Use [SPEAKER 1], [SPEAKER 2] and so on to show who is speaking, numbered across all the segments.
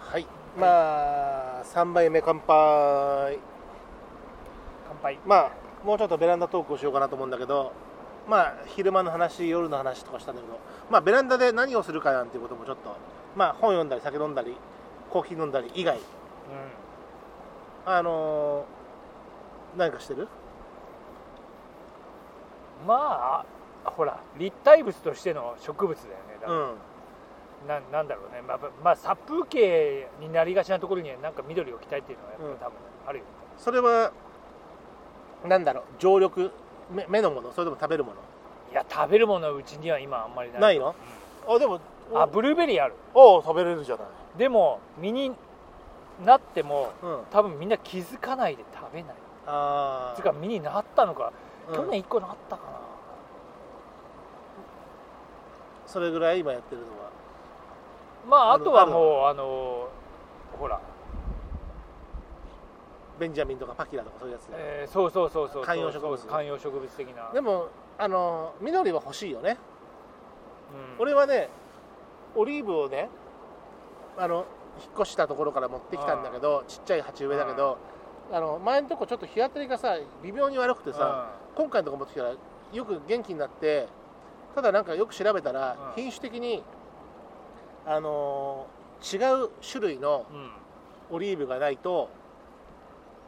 [SPEAKER 1] はいまあ3杯目乾杯
[SPEAKER 2] 乾杯
[SPEAKER 1] まあもうちょっとベランダトークをしようかなと思うんだけどまあ昼間の話夜の話とかしたんだけどまあベランダで何をするかなんていうこともちょっとまあ本読んだり酒飲んだりコーヒー飲んだり以外
[SPEAKER 2] う
[SPEAKER 1] あのー何かしてる
[SPEAKER 2] んまあほら立体物としての植物だよねだ
[SPEAKER 1] う
[SPEAKER 2] か
[SPEAKER 1] ん
[SPEAKER 2] ら、ななんだろうねまあ、まあ、殺風景になりがちなところにはなんか緑を着たいっていうのはやっぱ多分あるよね、
[SPEAKER 1] それはなんだろう常緑目目のものそれとも食べるも
[SPEAKER 2] いや食べるものはうちには今あんまりな
[SPEAKER 1] の
[SPEAKER 2] い
[SPEAKER 1] ないのあでも
[SPEAKER 2] あブルーベリーある
[SPEAKER 1] おお食べれるじゃない
[SPEAKER 2] でも実になっても
[SPEAKER 1] うん
[SPEAKER 2] 多分みんな気づかないで食べない
[SPEAKER 1] ああ
[SPEAKER 2] つうか実になったのか、
[SPEAKER 1] うん
[SPEAKER 2] 去年1個なったかな
[SPEAKER 1] それぐらい今やってるのは
[SPEAKER 2] まあ
[SPEAKER 1] あ
[SPEAKER 2] あ
[SPEAKER 1] の
[SPEAKER 2] とはもうあのほら、
[SPEAKER 1] ベンジャミンとかパキラとかそういうやつで、
[SPEAKER 2] えーそうそうそうそうそう
[SPEAKER 1] 観葉植物
[SPEAKER 2] 観葉植物的な
[SPEAKER 1] でもあの緑は欲しいよね、
[SPEAKER 2] うん
[SPEAKER 1] 俺はねオリーブをねあの引っ越したところから持ってきたんだけどちっちゃい鉢植えだけど、あの前のとこちょっと日当たりがさ微妙に悪くてさ、今回のとこ持ってきたらよく元気になってただなんかよく調べたら、
[SPEAKER 2] うん
[SPEAKER 1] 品種的にあの違う種類の
[SPEAKER 2] うん、うん
[SPEAKER 1] オリーブがないと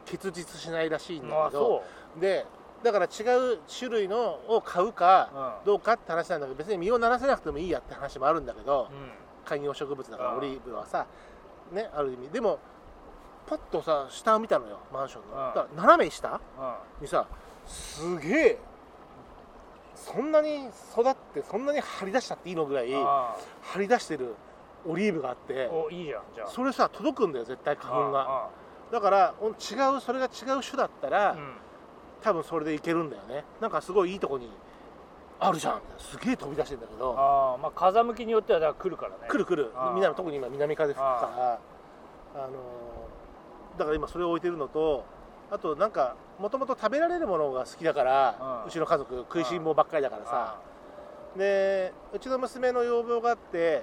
[SPEAKER 1] 結実しないらしいん
[SPEAKER 2] ま
[SPEAKER 1] だ
[SPEAKER 2] あ
[SPEAKER 1] けど
[SPEAKER 2] そ
[SPEAKER 1] でだから違う種類のを買うか
[SPEAKER 2] う、
[SPEAKER 1] どうかって話なんだけど別に実をならせなくてもいいやって話もあるんだけど
[SPEAKER 2] うん、
[SPEAKER 1] 観葉植物だから
[SPEAKER 2] うん
[SPEAKER 1] オリーブはさねある意味でもパッとさ下を見たのよマンションの
[SPEAKER 2] う
[SPEAKER 1] だ
[SPEAKER 2] ん
[SPEAKER 1] から斜め下
[SPEAKER 2] うん
[SPEAKER 1] にさすげえそんなに育ってそんなに張り出したっていいのぐらい張
[SPEAKER 2] あ
[SPEAKER 1] り出してるオリーブがあって
[SPEAKER 2] あおいいじゃんじゃあ
[SPEAKER 1] それさ届くんだよ絶対花粉が
[SPEAKER 2] あ
[SPEAKER 1] だからお違うそれが違う種だったら、
[SPEAKER 2] あうん
[SPEAKER 1] 多分それでいけるんだよねなんかすごいいいとこにあるじゃんすげえ飛び出してんだけど
[SPEAKER 2] ああまあ風向きによってはだから来るからね
[SPEAKER 1] 来る来る
[SPEAKER 2] あー
[SPEAKER 1] 南特に今南風吹くからあのーだから今それを置いてるのとあとなんかもともと食べられるものが好きだから
[SPEAKER 2] うん
[SPEAKER 1] うちの家族食いしん坊ばっかりだからさでうちの娘の要望があって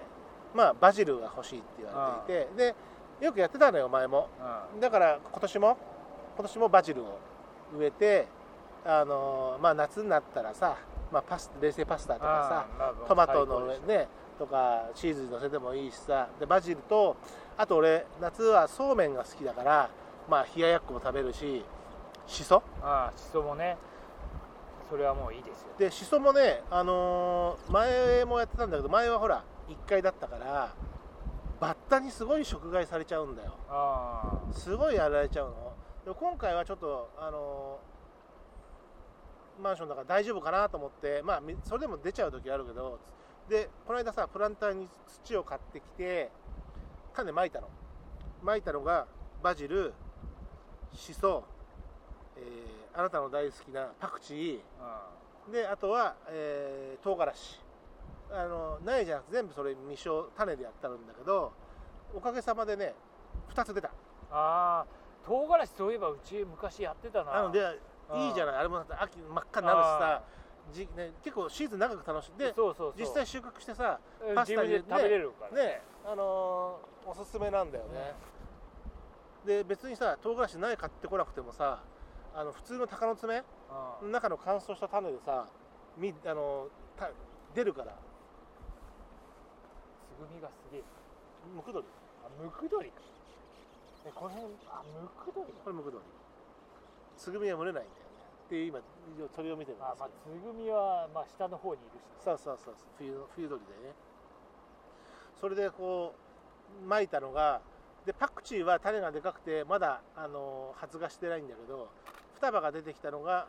[SPEAKER 1] まあバジルが欲しいって言われていてでよくやってたのよ前も
[SPEAKER 2] あ
[SPEAKER 1] だから今年も今年もバジルを植えてあのーまあ夏になったらさ、まあ、パス冷製パスタとかさトマトの上ねとかチーズに乗せてもいいしさでバジルとあと俺夏はそうめんが好きだからまあ冷ややっこも食べるししそ
[SPEAKER 2] ああしそもねそれはもういいですよ
[SPEAKER 1] でしそもねあのー前もやってたんだけど前はほら1回だったからバッタにすごい食害されちゃうんだよ
[SPEAKER 2] あ
[SPEAKER 1] すごいやられちゃうのでも今回はちょっとあのーマンションだから大丈夫かなと思ってまあみそれでも出ちゃう時あるけどでこの間さプランターに土を買ってきて種まいたのまいたのがバジルシソ、えーあなたの大好きなパクチ
[SPEAKER 2] あ
[SPEAKER 1] ーであとは、えー唐辛子あの苗じゃなくて全部それ未生種でやったんだけどおかげさまでね2つ出た
[SPEAKER 2] ああ唐辛子そういえばうち昔やってたな
[SPEAKER 1] なので
[SPEAKER 2] ん
[SPEAKER 1] いいじゃないあれもだって秋真っ赤になるしさじ、ね、結構シーズン長く楽しんで
[SPEAKER 2] そうそうそう
[SPEAKER 1] 実際収穫してさ
[SPEAKER 2] うん
[SPEAKER 1] パスタに
[SPEAKER 2] 自分で食べれるから
[SPEAKER 1] ねあのーおすすめなんだよね、で別にさ唐辛子苗買ってこなくてもさあの普通の鷹の爪
[SPEAKER 2] うん
[SPEAKER 1] の中の乾燥した種でさみあのーた出るから
[SPEAKER 2] つぐみがすげえ
[SPEAKER 1] ムクドリ
[SPEAKER 2] あムクドリかえこの辺あムクドリ
[SPEAKER 1] これムクドリつぐみは群れないんだよねっていう今一応鳥を見てるんです
[SPEAKER 2] あ
[SPEAKER 1] けど
[SPEAKER 2] まあつぐみはまあ下の方にいるし
[SPEAKER 1] そうそうそうそう冬の冬鳥でねそれでこう巻いたのがでパクチーは種がでかくてまだあの発芽してないんだけど双葉が出てきたのが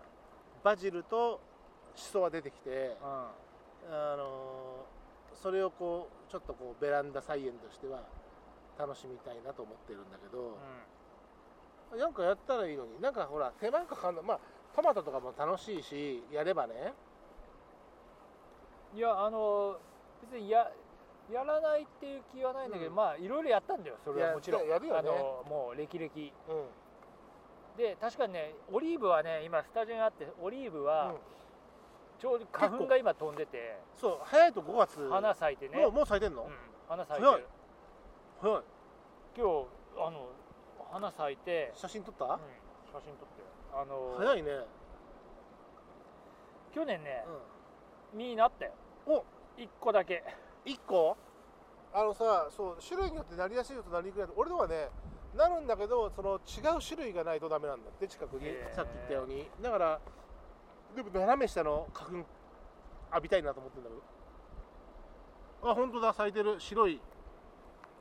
[SPEAKER 1] バジルとシソが出てきて
[SPEAKER 2] うん
[SPEAKER 1] あのそれをこうちょっとこうベランダ菜園としては楽しみたいなと思ってるんだけど、なんかやったらいいのになんかほら手間かかんのまあトマトとかも楽しいしやればね
[SPEAKER 2] いやあの別にややらないっていう気はないんだけど、
[SPEAKER 1] うん
[SPEAKER 2] まあいろいろやったんだよそれ
[SPEAKER 1] い
[SPEAKER 2] は
[SPEAKER 1] や
[SPEAKER 2] もちろ
[SPEAKER 1] い
[SPEAKER 2] ん
[SPEAKER 1] ややるよね
[SPEAKER 2] あのもう歴々
[SPEAKER 1] うん、
[SPEAKER 2] で確かにねオリーブはね今スタジオにあってオリーブは
[SPEAKER 1] うん
[SPEAKER 2] ちょうど花粉が今飛んでて
[SPEAKER 1] そう早いと5月
[SPEAKER 2] 花咲いてね
[SPEAKER 1] もうもう咲いてんの、
[SPEAKER 2] うん、花咲いて
[SPEAKER 1] 早い
[SPEAKER 2] る
[SPEAKER 1] はい。
[SPEAKER 2] 今日あの花咲いて、
[SPEAKER 1] 写真撮っ
[SPEAKER 2] うん
[SPEAKER 1] た、、
[SPEAKER 2] 写真撮ってあの
[SPEAKER 1] 早いね、
[SPEAKER 2] 去年ね、
[SPEAKER 1] う
[SPEAKER 2] 実なったよ
[SPEAKER 1] お
[SPEAKER 2] 1個だけ
[SPEAKER 1] ん、1個あのさそう種類によってなりやすいのとなりにくいのと俺のはねなるんだけどその違う種類がないとダメなんだって近くに
[SPEAKER 2] へー
[SPEAKER 1] さっき言ったようにだからでも斜め下の花粉浴びたいなと思ってんだけどあ本当だ咲いてる白い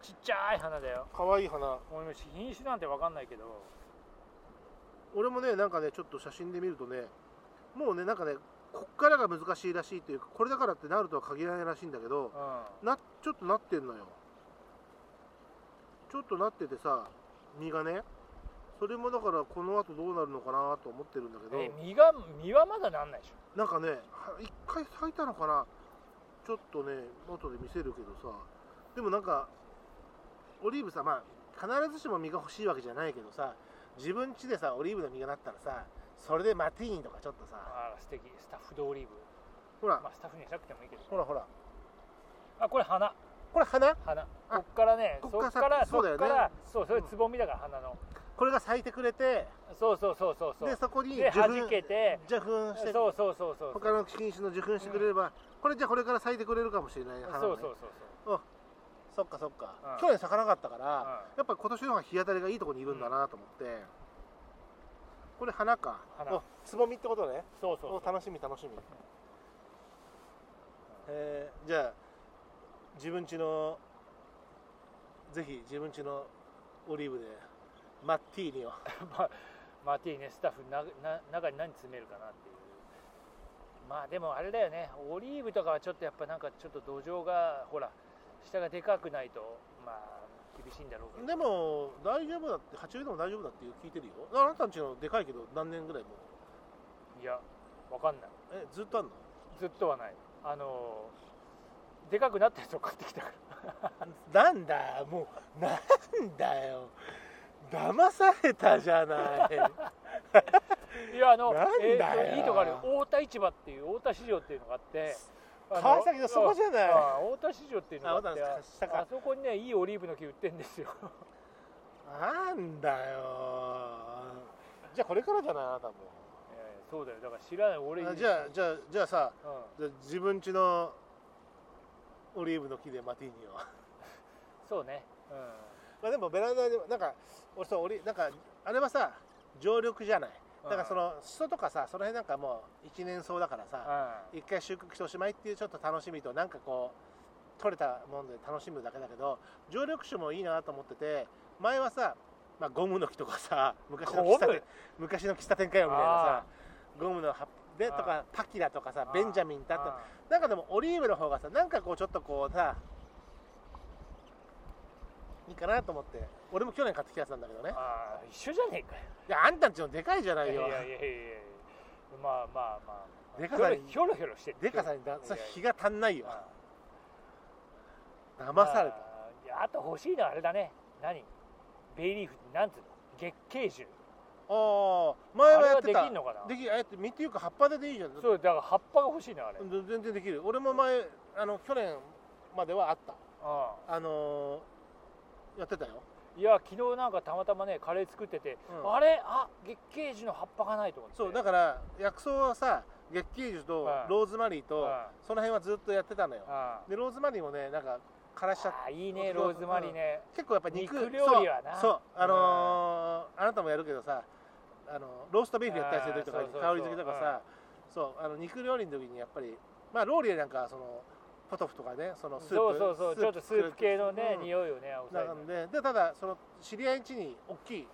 [SPEAKER 2] ちっちゃい花だよ
[SPEAKER 1] 可愛い花
[SPEAKER 2] 俺も品種なんて分かんないけど
[SPEAKER 1] 俺もねなんかねちょっと写真で見るとねもうねなんかねこっからが難しいらしいというかこれだからってなるとは限らないらしいんだけど
[SPEAKER 2] う
[SPEAKER 1] なちょっとなってんのよちょっとなっててさ実がねそれもだからこの後どうなるのかなと思ってるんだけ
[SPEAKER 2] んえ
[SPEAKER 1] ど
[SPEAKER 2] 実が実はまだなんないでしょ
[SPEAKER 1] なんかねは一回咲いたのかなちょっとね後で見せるけどさでもなんかオリーブさまあ必ずしも実が欲しいわけじゃないけどさ自分家でさオリーブの実がなったらさそれでマティーニとかちょっとさ
[SPEAKER 2] あら素敵スタッフドオリーブ
[SPEAKER 1] ほら
[SPEAKER 2] まあスタッフにしなくてもいいけど
[SPEAKER 1] ほらほら
[SPEAKER 2] あこれ花
[SPEAKER 1] これ花
[SPEAKER 2] 花こっからね
[SPEAKER 1] こっ
[SPEAKER 2] そ
[SPEAKER 1] から
[SPEAKER 2] っから
[SPEAKER 1] そうだ
[SPEAKER 2] そ
[SPEAKER 1] よ
[SPEAKER 2] っ
[SPEAKER 1] ね
[SPEAKER 2] からそうそれ
[SPEAKER 1] うん
[SPEAKER 2] つぼみだから花の
[SPEAKER 1] これが咲いてくれて
[SPEAKER 2] そうそうそうそうそ
[SPEAKER 1] で
[SPEAKER 2] う
[SPEAKER 1] そこに
[SPEAKER 2] で
[SPEAKER 1] 受粉
[SPEAKER 2] 弾けて
[SPEAKER 1] 受粉して
[SPEAKER 2] そうそうそうそうそう
[SPEAKER 1] 他の品種の受粉してくれれば、これじゃあこれから咲いてくれるかもしれない花がね
[SPEAKER 2] そうそうそう
[SPEAKER 1] そっかそっか、
[SPEAKER 2] うん
[SPEAKER 1] 去年咲かなかったから、
[SPEAKER 2] そう
[SPEAKER 1] やっぱ今年の方が日当たりがいいところにいるんだなと思って、これ花か
[SPEAKER 2] 花
[SPEAKER 1] おつぼみってことね
[SPEAKER 2] そうそうそう
[SPEAKER 1] お楽しみ楽しみ、えーじゃあ自分家のぜひ自分家のオリーブでマッティーニを
[SPEAKER 2] マティねスタッフなな中に何詰めるかなっていうまあでもあれだよねオリーブとかはちょっとやっぱなんかちょっと土壌がほら下がでかくないとまあ厳しいんだろうけど
[SPEAKER 1] でも大丈夫だって鉢植えでも大丈夫だって聞いてるよあなたんちのでかいけど何年ぐらいもう
[SPEAKER 2] いやわかんない
[SPEAKER 1] えずっとあんの
[SPEAKER 2] ずっとはないあのでかくなったやつを買ってきたから
[SPEAKER 1] なんだもうなんだよ騙されたじゃ ない
[SPEAKER 2] いやあの
[SPEAKER 1] なんだよ
[SPEAKER 2] えーといいとこある大田市場っていう大田市場っていうのがあってあの
[SPEAKER 1] 川崎のそこじゃない
[SPEAKER 2] ああ大田市場っていうのがあって
[SPEAKER 1] あ大田市場
[SPEAKER 2] あそこにねいいオリーブの木売ってんですよ
[SPEAKER 1] なんだよじゃあこれからじゃないあなたも
[SPEAKER 2] えーそうだよだから知らない俺
[SPEAKER 1] あじゃあじゃあじゃあさ
[SPEAKER 2] うん
[SPEAKER 1] じゃあ自分家のオリーブの木でマティーニを
[SPEAKER 2] そうねうん
[SPEAKER 1] まあでもベランダでなんか俺そうオリなんかあれはさ常緑じゃないだからそのシソとかさその辺なんかもう一年草だからさ、
[SPEAKER 2] う
[SPEAKER 1] 一回収穫しておしまいっていうちょっと楽しみとなんかこう取れたもんで楽しむだけだけど常緑種もいいなと思ってて前はさ、まあ、ゴムの木とかさ 昔の
[SPEAKER 2] ゴム
[SPEAKER 1] 喫茶店昔の喫茶店かよみたいなさゴムの葉っでと
[SPEAKER 2] あ
[SPEAKER 1] かパキラとかさ
[SPEAKER 2] あ
[SPEAKER 1] ベンジャミンだとなんかでもオリーブの方がさなんかこうちょっとこうさいいかなと思って俺も去年買ってきたやつなんだけどね
[SPEAKER 2] ああ一緒じゃねえかよ
[SPEAKER 1] いやあんたんちのでかいじゃない
[SPEAKER 2] いや
[SPEAKER 1] よ
[SPEAKER 2] いやいやいやいやまあまあまあ
[SPEAKER 1] でかさに
[SPEAKER 2] ひょろひょろしてる
[SPEAKER 1] でかさにだ
[SPEAKER 2] いやいや
[SPEAKER 1] それ日が足んないよ
[SPEAKER 2] ああ
[SPEAKER 1] 騙された
[SPEAKER 2] ああいやあと欲しいのはあれだね何ベイリーフってなんつうの月桂樹
[SPEAKER 1] ああ前
[SPEAKER 2] あ
[SPEAKER 1] は
[SPEAKER 2] れ
[SPEAKER 1] やっ
[SPEAKER 2] は
[SPEAKER 1] て
[SPEAKER 2] で
[SPEAKER 1] た
[SPEAKER 2] きんのかな
[SPEAKER 1] できあえって実っていうか葉っぱででいいじゃん
[SPEAKER 2] そうだから葉っぱが欲しいのあれ、うん、
[SPEAKER 1] うん全然できる俺も前あの去年まではあったあのーやってたよ、
[SPEAKER 2] いや昨日なんかたまたまねカレー作ってて、
[SPEAKER 1] うん
[SPEAKER 2] あれあ月桂樹の葉っぱがないと思って
[SPEAKER 1] そうだから薬草はさ月桂樹と
[SPEAKER 2] はい
[SPEAKER 1] ローズマリーと
[SPEAKER 2] は
[SPEAKER 1] その辺はずっとやってたのよ
[SPEAKER 2] あ
[SPEAKER 1] でローズマリーもねなんか枯らしちゃっ
[SPEAKER 2] あいいねローズマリーね、
[SPEAKER 1] 結構やっぱ肉
[SPEAKER 2] 肉料理はな
[SPEAKER 1] そうそうあのーあなたもやるけどさあのローストビーフやったりする時とかに
[SPEAKER 2] あーそうそうそ
[SPEAKER 1] 香
[SPEAKER 2] う
[SPEAKER 1] り付けとかさそうあの肉料理の時にやっぱりまあローリエなんかはそのポトフとかねそのスープ
[SPEAKER 2] そうそうそうちょっとスープ系のね、
[SPEAKER 1] うん
[SPEAKER 2] 匂いをね抑え
[SPEAKER 1] なんででただその知り合い家に大きい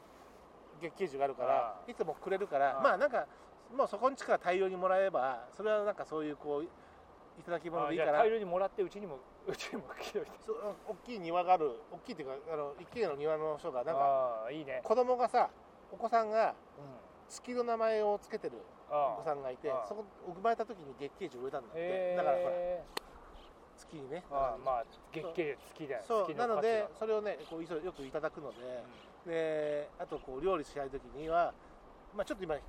[SPEAKER 1] 月桂樹があるから
[SPEAKER 2] あー
[SPEAKER 1] いつもくれるから
[SPEAKER 2] あー
[SPEAKER 1] まあなんかもうそこんちから大量にもらえばそれはなんかそういうこういただき物
[SPEAKER 2] あ
[SPEAKER 1] でいい
[SPEAKER 2] じ
[SPEAKER 1] か
[SPEAKER 2] ゃあ
[SPEAKER 1] ら
[SPEAKER 2] 大量にもらってうちにもうちにも来ておいて
[SPEAKER 1] そう大きい庭がある大きいっていうかあの一軒家の庭の人がなんか
[SPEAKER 2] ああいいね、
[SPEAKER 1] 子供がさお子さんが
[SPEAKER 2] うん、
[SPEAKER 1] 月の名前をつけてるお
[SPEAKER 2] あ
[SPEAKER 1] 子さんがいて
[SPEAKER 2] ああ
[SPEAKER 1] そこ生まれた時に月桂樹植えたんだって、
[SPEAKER 2] へえ
[SPEAKER 1] だからほら月にね
[SPEAKER 2] あ
[SPEAKER 1] だ
[SPEAKER 2] あ
[SPEAKER 1] か
[SPEAKER 2] まあ月桂樹好きだよ
[SPEAKER 1] らそう
[SPEAKER 2] 月の
[SPEAKER 1] なの
[SPEAKER 2] 価値は
[SPEAKER 1] でそれをねこういそよくいただくので,、であとこう料理しない時には、まあ、ちょっと今引っ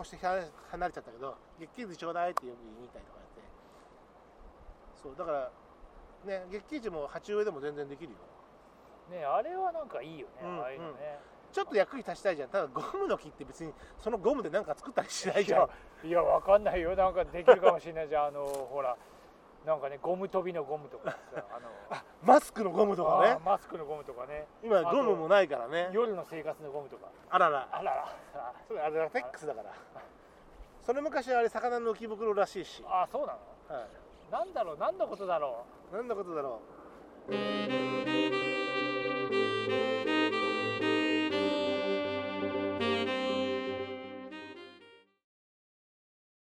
[SPEAKER 1] 越して離れ離れちゃったけど月桂樹ちょうだいってよく言いに行ったりとかやってそうだからね月桂樹も鉢植えでも全然できるよ
[SPEAKER 2] ねあれはなんかいいよ
[SPEAKER 1] う
[SPEAKER 2] ね、
[SPEAKER 1] ん
[SPEAKER 2] ああいうのね
[SPEAKER 1] ちょっと役に立ちたいじゃんただゴムの木って別にそのゴムで何か作ったりしないじゃん
[SPEAKER 2] いやわかんないよなんかできるかもしれないじゃんあのほらなんかねゴム飛びのゴム とかさあの
[SPEAKER 1] マスクのゴムとか
[SPEAKER 2] あ
[SPEAKER 1] ね
[SPEAKER 2] ーマスクのゴムとかね
[SPEAKER 1] 今ゴムもないからね
[SPEAKER 2] 夜の生活のゴムとか
[SPEAKER 1] あらら
[SPEAKER 2] あららあ
[SPEAKER 1] それあれラテックスだからそれ昔はあれ魚の浮き袋らしいし、
[SPEAKER 2] あーそうなの
[SPEAKER 1] は
[SPEAKER 2] なんだろう何のことだろ
[SPEAKER 1] い、何のことだろう